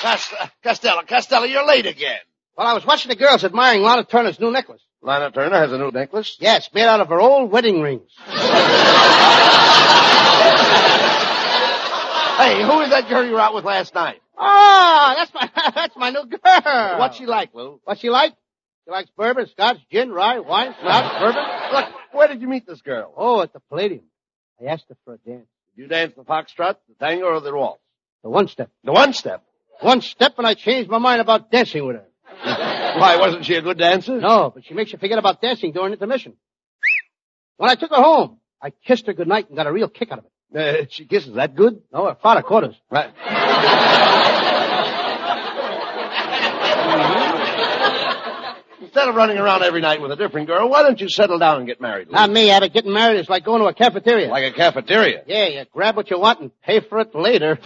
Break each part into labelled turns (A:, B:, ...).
A: Cost-
B: uh,
A: Costello, Costello, you're late again. Well, I was watching the girls admiring Lana Turner's new necklace.
B: Lana Turner has a new necklace.
A: Yes, made out of her old wedding rings.
B: Hey, who is that girl you were out with last night?
A: Ah, that's my that's my new girl.
B: What's she like, Lou?
A: What's she like? She likes bourbon, scotch, gin, rye, wine, scotch, bourbon.
B: Look, where did you meet this girl?
A: Oh, at the Palladium. I asked her for a dance.
B: Did you dance the foxtrot, the tango, or the waltz?
A: The one step.
B: The one step.
A: One step and I changed my mind about dancing with her.
B: Why, wasn't she a good dancer?
A: No, but she makes you forget about dancing during intermission. When I took her home, I kissed her goodnight and got a real kick out of it.
B: Uh, she kisses that good?
A: No, her father caught us.
B: Right. Instead of running around every night with a different girl, why don't you settle down and get married, Lou?
A: Not me, Abbott. Getting married is like going to a cafeteria.
B: Like a cafeteria.
A: Yeah, you grab what you want and pay for it later.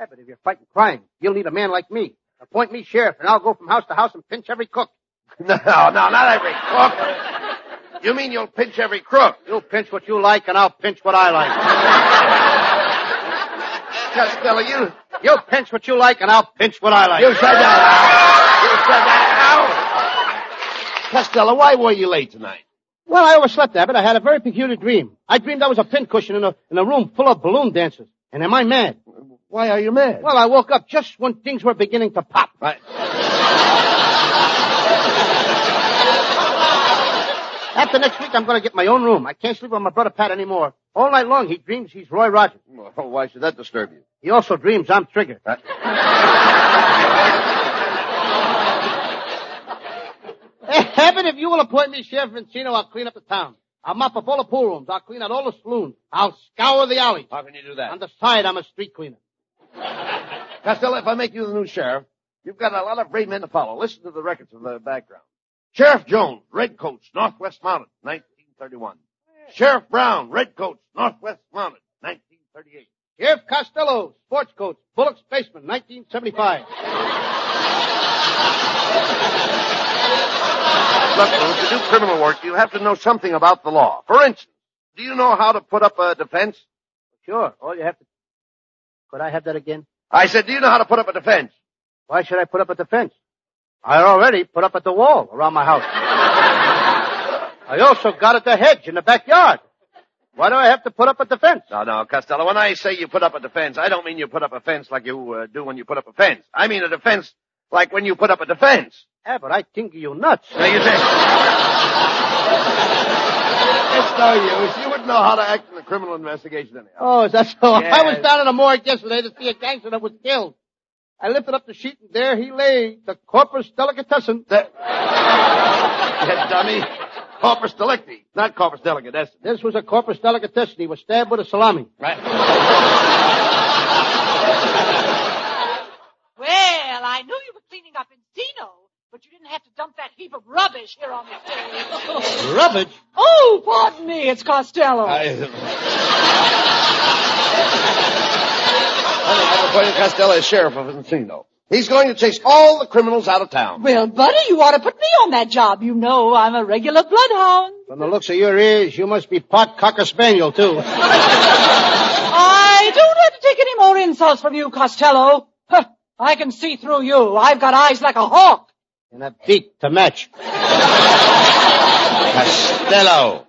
A: Abbott, if you're fighting crime, you'll need a man like me. Appoint me sheriff and I'll go from house to house and pinch every cook.
B: No, no, not every crook. You mean you'll pinch every crook?
A: You pinch what you like and I'll pinch what I like.
B: Costello, you,
A: You pinch what you like and I'll pinch what I like.
B: You said that. You said that. Ow. Costello, why were you late tonight?
A: Well, I overslept, Abbott. I had a very peculiar dream. I dreamed I was a pincushion in a, in a room full of balloon dancers. And am I mad?
B: Why are you mad?
A: Well, I woke up just when things were beginning to pop.
B: Right.
A: After next week, I'm going to get my own room. I can't sleep with my brother Pat anymore. All night long, he dreams he's Roy Rogers.
B: Well, why should that disturb you?
A: He also dreams I'm Trigger. Hey, Heaven, if you will appoint me Sheriff Vincino, I'll clean up the town. I'll mop up all the pool rooms. I'll clean out all the saloons. I'll scour the alleys.
B: How can you do
A: On
B: that?
A: the side, I'm a street cleaner.
B: Costello, if I make you the new sheriff, you've got a lot of brave men to follow. Listen to the records in the background. Sheriff Jones, Redcoats, Northwest Mounted, 1931. Sheriff Brown, Redcoats, Northwest Mounted, 1938.
A: Sheriff Costello, sports coat, Bullock's basement, 1975.
B: Look, Lou, to do criminal work, you have to know something about the law. For instance, do you know how to put up a defense?
C: Sure. All you have to. Could I have that again?
B: I said, do you know how to put up a defense?
C: Why should I put up at the fence? I already put up at the wall around my house. I also got at the hedge in the backyard. Why do I have to put up at the fence?
B: No, no, Costello, when I say you put up a defense, I don't mean you put up a fence like you uh, do when you put up a fence. I mean a defense like when you put up a defense.
C: Yeah, but I think you nuts.
B: Now you say... it's no use. You wouldn't know how to act in a criminal investigation anyhow.
C: Oh, is that so?
B: Yes.
C: I was down at a morgue yesterday to see a gangster that was killed. I lifted up the sheet and there he lay, the corpus delicatessen.
B: That... that dummy. Corpus delicti, not corpus delicatessen.
C: This was a corpus delicatessen. He was stabbed with a salami.
A: Well, I knew you were cleaning up Encino, but you didn't have to dump that heap of rubbish here on the stage.
C: Rubbish?
A: oh, pardon me, it's Costello.
B: I have appointed Costello as sheriff of Encino. He's going to chase all the criminals out of town.
A: Well, buddy, you ought to put me on that job. You know I'm a regular bloodhound.
C: From the looks of your ears, you must be part cocker spaniel too.
A: I don't have to take any more insults from you, Costello. Huh, I can see through you. I've got eyes like a hawk.
C: and a beak to match.
B: Costello!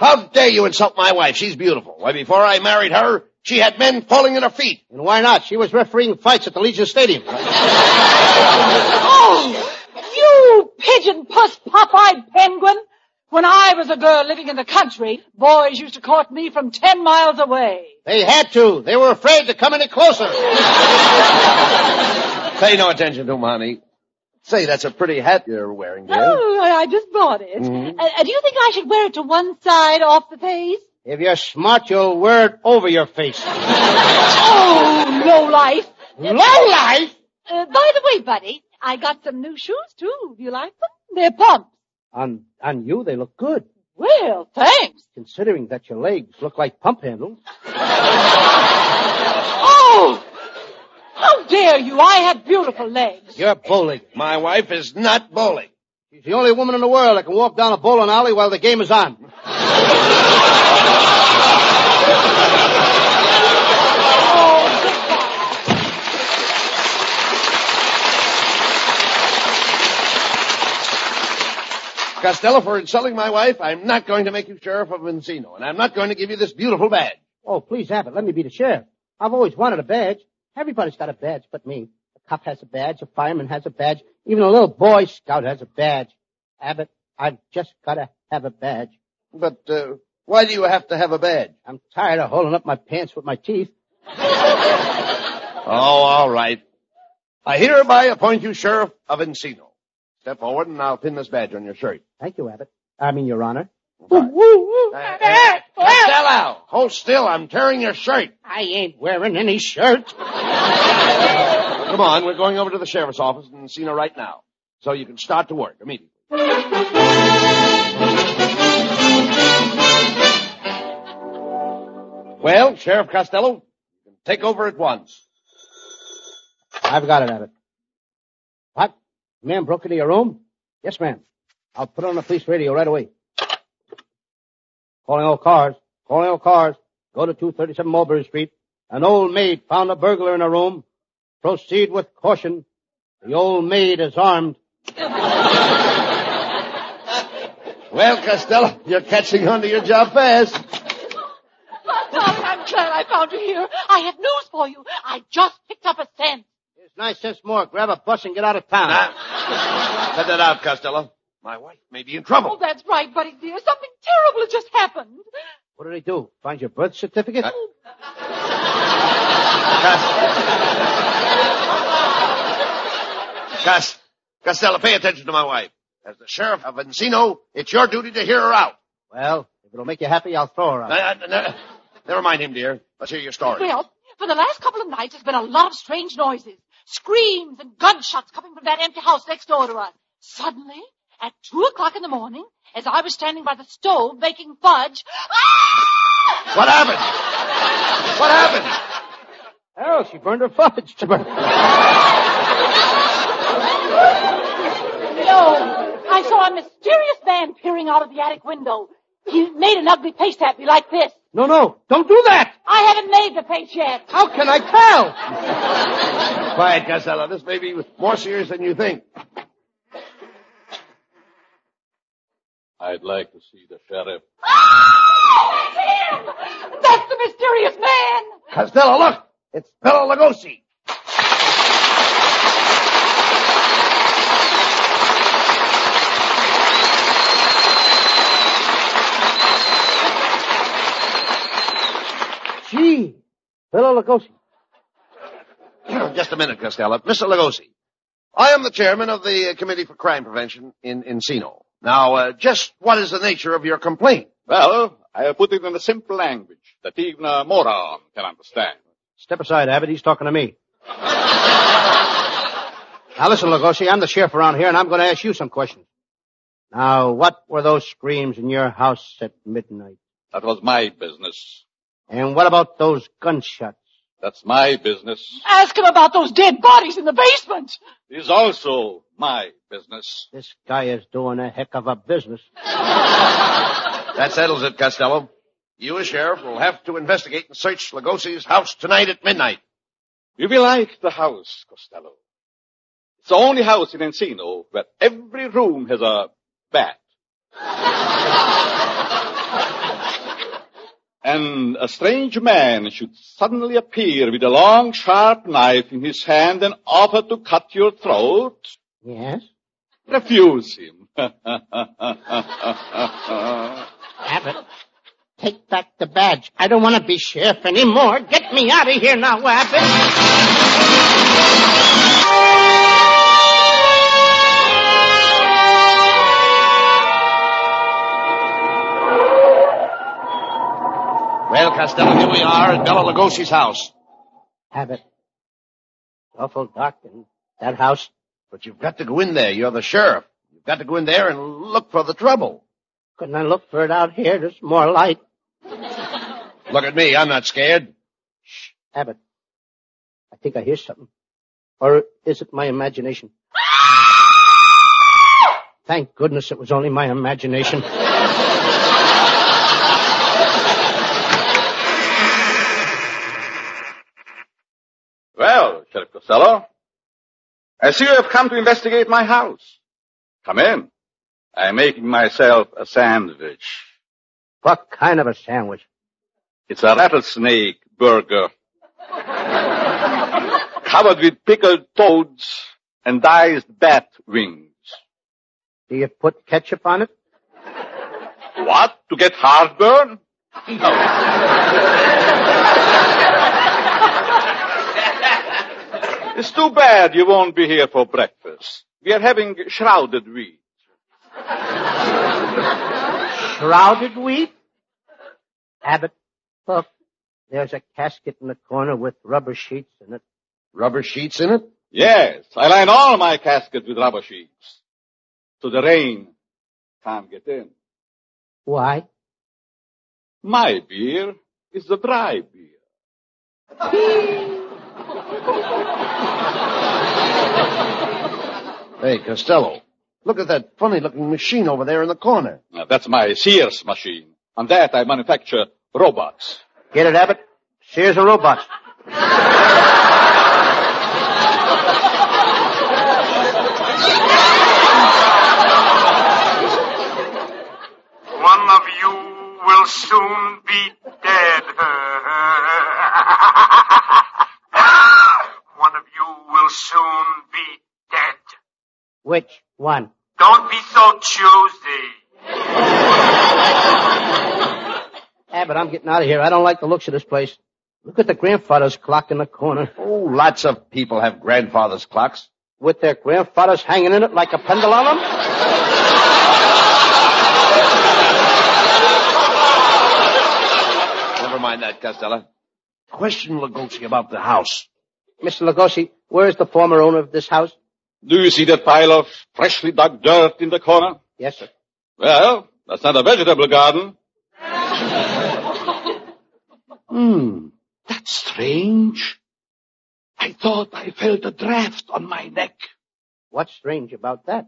B: How dare you insult my wife? She's beautiful. Why, before I married her, she had men falling at her feet.
C: And why not? She was refereeing fights at the Legion Stadium.
A: Oh, you pigeon-pussed pop-eyed penguin. When I was a girl living in the country, boys used to court me from ten miles away.
C: They had to. They were afraid to come any closer.
B: Pay no attention to him, honey. Say, that's a pretty hat you're wearing, dear.
A: Oh, I I just bought it. Uh, uh, do you think I should wear it to one side off the face?
C: If you're smart, you'll wear it over your face.
A: Oh, low life.
C: Low life?
A: Uh, by the way, buddy, I got some new shoes too. Do you like them? They're pumps.
C: On, on you, they look good,
A: Well, thanks.
C: considering that your legs look like pump handles.
A: Oh, how dare you? I have beautiful legs.
C: You're bowling.
B: My wife is not bowling.
C: She's the only woman in the world that can walk down a bowling alley while the game is on.
B: Costello, for insulting my wife, I'm not going to make you sheriff of Encino, and I'm not going to give you this beautiful badge.
C: Oh, please have it. Let me be the sheriff. I've always wanted a badge. Everybody's got a badge but me. A cop has a badge, a fireman has a badge, even a little boy scout has a badge. Abbott, I've just gotta have a badge.
B: But, uh, why do you have to have a badge?
C: I'm tired of holding up my pants with my teeth.
B: Oh, all right. I hereby appoint you sheriff of Encino. Step forward and I'll pin this badge on your shirt.
C: Thank you, Abbott. I mean, Your Honor.
B: Uh, uh, Costello, hold still. I'm tearing your shirt.
C: I ain't wearing any shirt.
B: Come on, we're going over to the sheriff's office in Encino right now. So you can start to work immediately. Well, Sheriff Costello, you can take over at once.
C: I've got it, Abbott. What? Man broke into your room? Yes, ma'am. I'll put on the police radio right away. Calling all cars. Calling all cars. Go to 237 Mulberry Street. An old maid found a burglar in her room. Proceed with caution. The old maid is armed.
B: Well, Costello, you're catching on to your job fast.
A: Father, I'm glad I found you here. I have news for you. I just picked up a cent.
C: Here's nine cents more. Grab a bus and get out of town.
B: Ah. Cut that out, Costello. My wife may be in trouble.
A: Oh, that's right, buddy dear. Something terrible has just happened.
C: What do they do? Find your birth certificate?
B: Uh, Cos- Costello, pay attention to my wife. As the sheriff of Encino, it's your duty to hear her out.
C: well, if it'll make you happy, I'll throw her
B: Uh,
C: out.
B: uh, uh, never mind him, dear. Let's hear your story.
A: Well, for the last couple of nights, there's been a lot of strange noises. Screams and gunshots coming from that empty house next door to us. Suddenly, at two o'clock in the morning, as I was standing by the stove making fudge, ah!
B: What happened? What happened?
C: Oh, she burned her fudge.
A: No, I saw a mysterious man peering out of the attic window. He made an ugly face at me like this.
B: No, no, don't do that!
D: I haven't made the pace yet.
B: How can I tell?
E: Quiet, Costello. This may be more serious than you think.
A: I'd like to see the sheriff.
D: Ah, that's him! That's the mysterious man!
E: Costello, look! It's Bella Lugosi.
B: Gee, Bela Lugosi.
E: Just a minute, Costello. Mr. Lugosi, I am the chairman of the uh, Committee for Crime Prevention in Encino. Now, uh, just what is the nature of your complaint?
A: Well, I put it in a simple language that even a moron can understand.
B: Step aside, Abbott. He's talking to me. now listen, Lugosi, I'm the sheriff around here and I'm going to ask you some questions. Now, what were those screams in your house at midnight?
A: That was my business.
B: And what about those gunshots?
A: That's my business.
D: Ask him about those dead bodies in the basement.
A: It is also my business.
B: This guy is doing a heck of a business.
E: That settles it, Costello. You, as sheriff, will have to investigate and search Lugosi's house tonight at midnight.
A: You will like the house, Costello. It's the only house in Encino where every room has a bat. and a strange man should suddenly appear with a long, sharp knife in his hand and offer to cut your throat.
B: Yes?
A: Refuse him.
B: Abbott, take back the badge. I don't want to be sheriff anymore. Get me out of here now, Abbott.
E: Well, Costello, here we are at Bella Lugosi's house.
B: Abbott, it's awful dark in that house.
E: But you've got to go in there. You're the sheriff. You've got to go in there and look for the trouble.
B: Couldn't I look for it out here? There's more light.
E: Look at me. I'm not scared.
B: Abbott, I think I hear something. Or is it my imagination? Thank goodness it was only my imagination.
A: Well, Sheriff Costello, I see you have come to investigate my house. Come in. I'm making myself a sandwich.
B: What kind of a sandwich?
A: It's a rattlesnake burger. covered with pickled toads and diced bat wings.
B: Do you put ketchup on it?
A: What? To get heartburn? No. it's too bad you won't be here for breakfast. We are having shrouded wheat.
B: Shrouded wheat? Abbott, look, there's a casket in the corner with rubber sheets in it.
E: Rubber sheets in it?
A: Yes, I line all my caskets with rubber sheets. So the rain can't get in.
B: Why?
A: My beer is the dry beer.
E: Hey, Costello, look at that funny looking machine over there in the corner.
A: Now, that's my Sears machine. On that I manufacture robots.
B: Get it, Abbott? Sears and robots.
F: One of you will soon be dead. One of you will soon be dead.
B: Which one?
F: Don't be so choosy.
B: Abbott, I'm getting out of here. I don't like the looks of this place. Look at the grandfather's clock in the corner
E: Oh, lots of people have grandfather's clocks.
B: with their grandfathers hanging in it like a pendulum.
E: Never mind that, Costello. Question Lugosi about the house.
B: Mr. Lugosi, where is the former owner of this house?
A: Do you see that pile of freshly dug dirt in the corner?
B: Yes, sir.
A: Well, that's not a vegetable garden.
B: Hmm.
A: That's strange. I thought I felt a draft on my neck.
B: What's strange about that?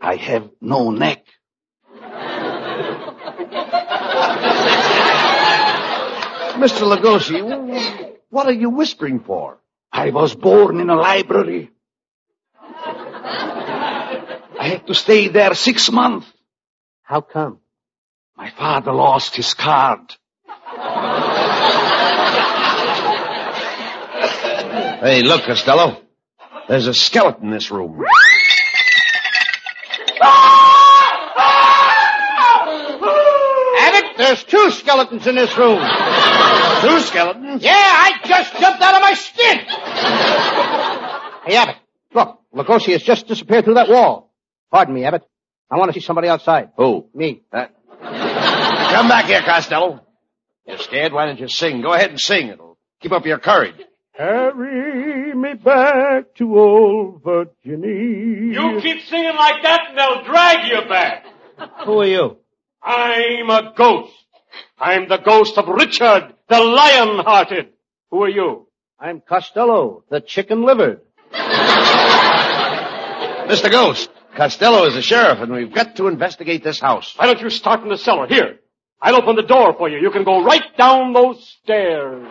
A: I have no neck. Mr. Lugosi, what are you whispering for?
G: I was born in a library. I had to stay there six months.
B: How come?
G: My father lost his card.
A: Hey, look, Costello. There's a skeleton in this room.
B: Abbott, there's two skeletons in this room.
A: Two skeletons?
B: Yeah, I just jumped out of my skin. Hey, Abbott, look, Lugosi has just disappeared through that wall. Pardon me, Abbott. I want to see somebody outside.
A: Who?
B: Me.
A: Uh, come back here, Costello. You're scared? Why don't you sing? Go ahead and sing. It'll keep up your courage.
H: Carry me back to old Virginia.
I: You keep singing like that and they'll drag you back.
B: Who are you?
I: I'm a ghost. I'm the ghost of Richard, the lion-hearted. Who are you?
B: I'm Costello, the chicken livered.
A: Mr. Ghost, Costello is the sheriff and we've got to investigate this house.
I: Why don't you start in the cellar? Here. I'll open the door for you. You can go right down those stairs.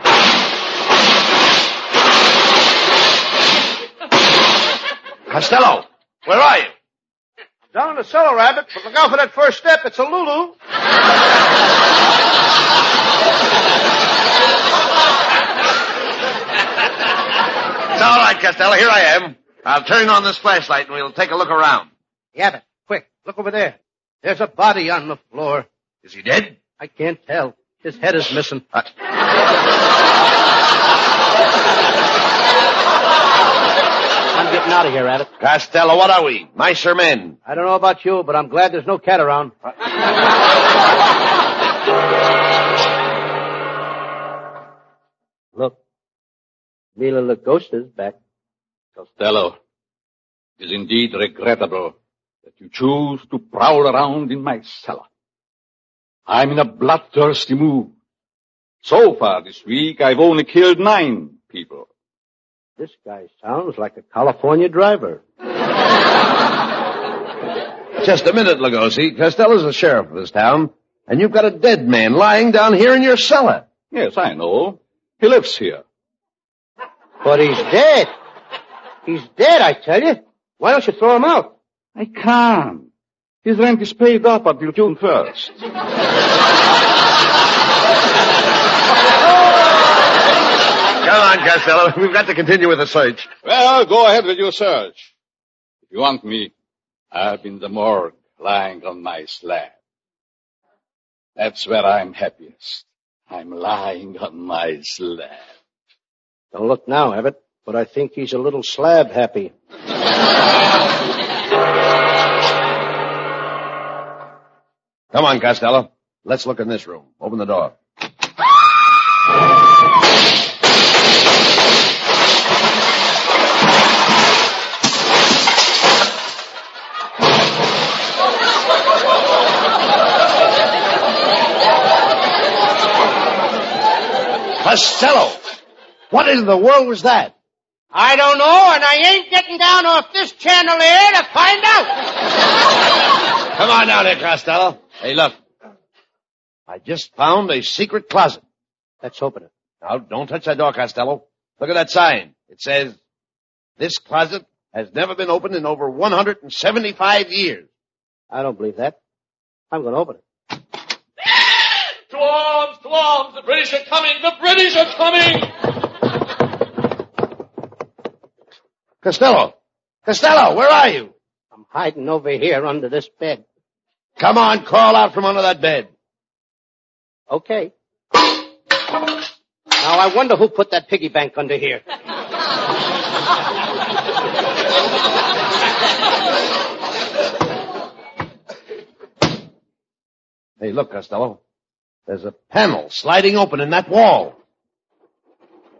A: Costello, where are you? Down in the cellar, Rabbit, but look out for that first step. It's a Lulu. It's all right, Costello. Here I am. I'll turn on this flashlight and we'll take a look around.
B: Yeah, but quick, look over there. There's a body on the floor.
A: Is he dead?
B: I can't tell. His head is missing.
A: Uh,
B: I'm getting out of here, Abbott.
A: Costello, what are we? Nicer men.
B: I don't know about you, but I'm glad there's no cat around. Uh, Look. Mila Lugosa's back.
J: Costello, it is indeed regrettable that you choose to prowl around in my cellar. I'm in a bloodthirsty mood. So far this week, I've only killed nine people.
B: This guy sounds like a California driver.
A: Just a minute, Lugosi. Costello's the sheriff of this town, and you've got a dead man lying down here in your cellar.
J: Yes, I know. He lives here.
B: But he's dead. He's dead, I tell you. Why don't you throw him out?
J: I can't. His rent is paid up until June 1st.
A: Come on, Costello. We've got to continue with the search.
J: Well, go ahead with your search. If you want me, I've been the morgue lying on my slab. That's where I'm happiest. I'm lying on my slab.
B: Don't look now, Abbott, but I think he's a little slab happy.
A: Come on, Costello. Let's look in this room. Open the door. Costello! What in the world was that?
B: I don't know, and I ain't getting down off this chandelier to find out.
A: Come on down here, Costello. Hey, look. I just found a secret closet.
B: Let's open it.
A: Now, don't touch that door, Costello. Look at that sign. It says, this closet has never been opened in over 175 years.
B: I don't believe that. I'm going to open it.
I: To arms, to arms! The British are coming! The British are coming!
A: Costello! Costello, where are you?
B: I'm hiding over here under this bed.
A: Come on, crawl out from under that bed.
B: Okay. Now I wonder who put that piggy bank under here.
A: Hey, look, Costello. There's a panel sliding open in that wall.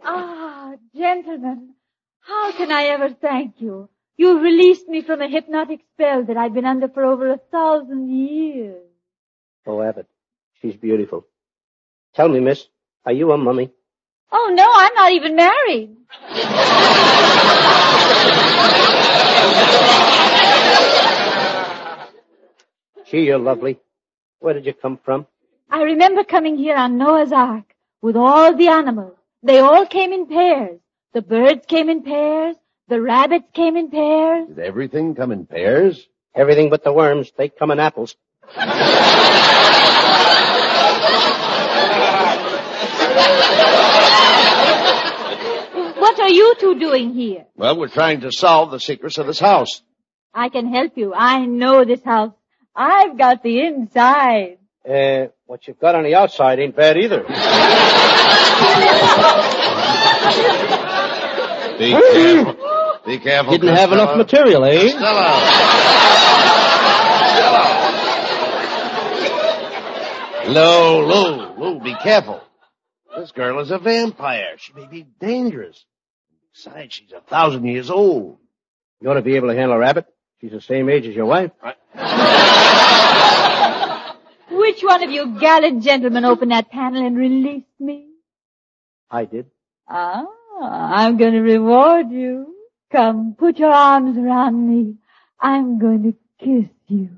K: Ah, gentlemen, how can I ever thank you? You released me from a hypnotic spell that I've been under for over a thousand years.
B: Oh, Abbott, she's beautiful. Tell me, miss, are you a mummy?
K: Oh no, I'm not even married.
B: Gee, you're lovely. Where did you come from?
K: I remember coming here on Noah's Ark with all the animals. They all came in pairs. The birds came in pairs. The rabbits came in pairs.
A: Did everything come in pairs?
B: Everything but the worms. They come in apples.
K: What are you two doing here?
A: Well, we're trying to solve the secrets of this house.
K: I can help you. I know this house. I've got the inside.
B: Uh, what you've got on the outside ain't bad either.
A: Be careful. Be careful.
B: Didn't have
A: Costello.
B: enough material, eh?
A: Lou, Lou, Lou, be careful. This girl is a vampire. She may be dangerous. Besides, she's a thousand years old.
B: You ought to be able to handle a rabbit. She's the same age as your wife.
K: Which one of you gallant gentlemen opened that panel and released me?
B: I did.
K: Ah, I'm going to reward you. Come, put your arms around me. I'm going to kiss you.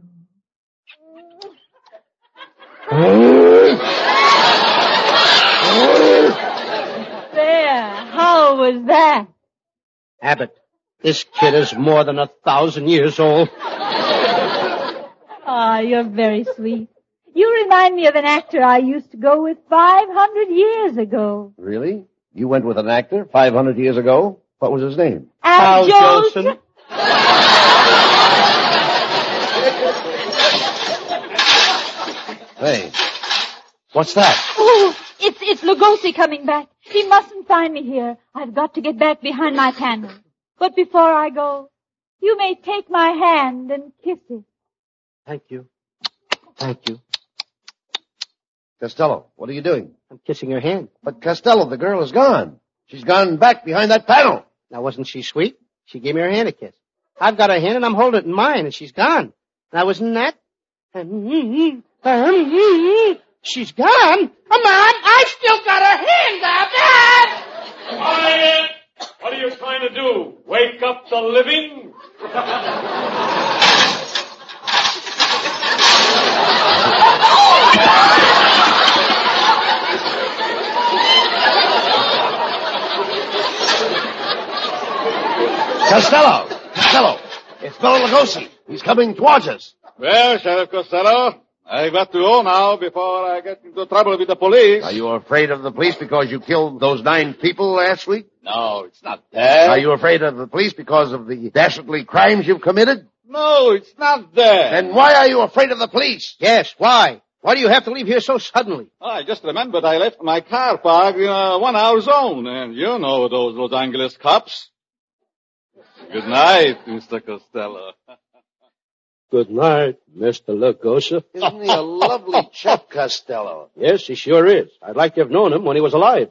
K: There, how was that?
B: Abbott, this kid is more than a thousand years old.
K: Ah, you're very sweet. You remind me of an actor I used to go with 500 years ago.
A: Really? You went with an actor 500 years ago? What was his name?
K: Al Jolson.
A: Hey, what's that?
K: Oh, it's, it's Lugosi coming back. He mustn't find me here. I've got to get back behind my panel. But before I go, you may take my hand and kiss it.
B: Thank you. Thank you.
A: Costello, what are you doing?
B: I'm kissing your hand.
A: But Costello, the girl is gone. She's gone back behind that panel.
B: Now wasn't she sweet? She gave me her hand a kiss. I've got her hand and I'm holding it in mine and she's gone. Now isn't that? She's gone? Come on, I still got her hand up.
L: Quiet! What are you trying to do? Wake up the living?
A: Costello! Costello! It's Bela Lugosi. He's coming towards us.
M: Well, Sheriff Costello, I got to go now before I get into trouble with the police.
A: Are you afraid of the police because you killed those nine people last week?
M: No, it's not that.
A: Are you afraid of the police because of the dastardly crimes you've committed?
M: No, it's not that.
A: Then why are you afraid of the police?
B: Yes, why? Why do you have to leave here so suddenly?
M: I just remembered I left my car parked in a one hour zone, and you know those Los Angeles cops. Good night, Mr. Costello.
N: Good night, Mr. Lugosa.
A: Isn't he a lovely chap, Costello?
N: Yes, he sure is. I'd like to have known him when he was alive.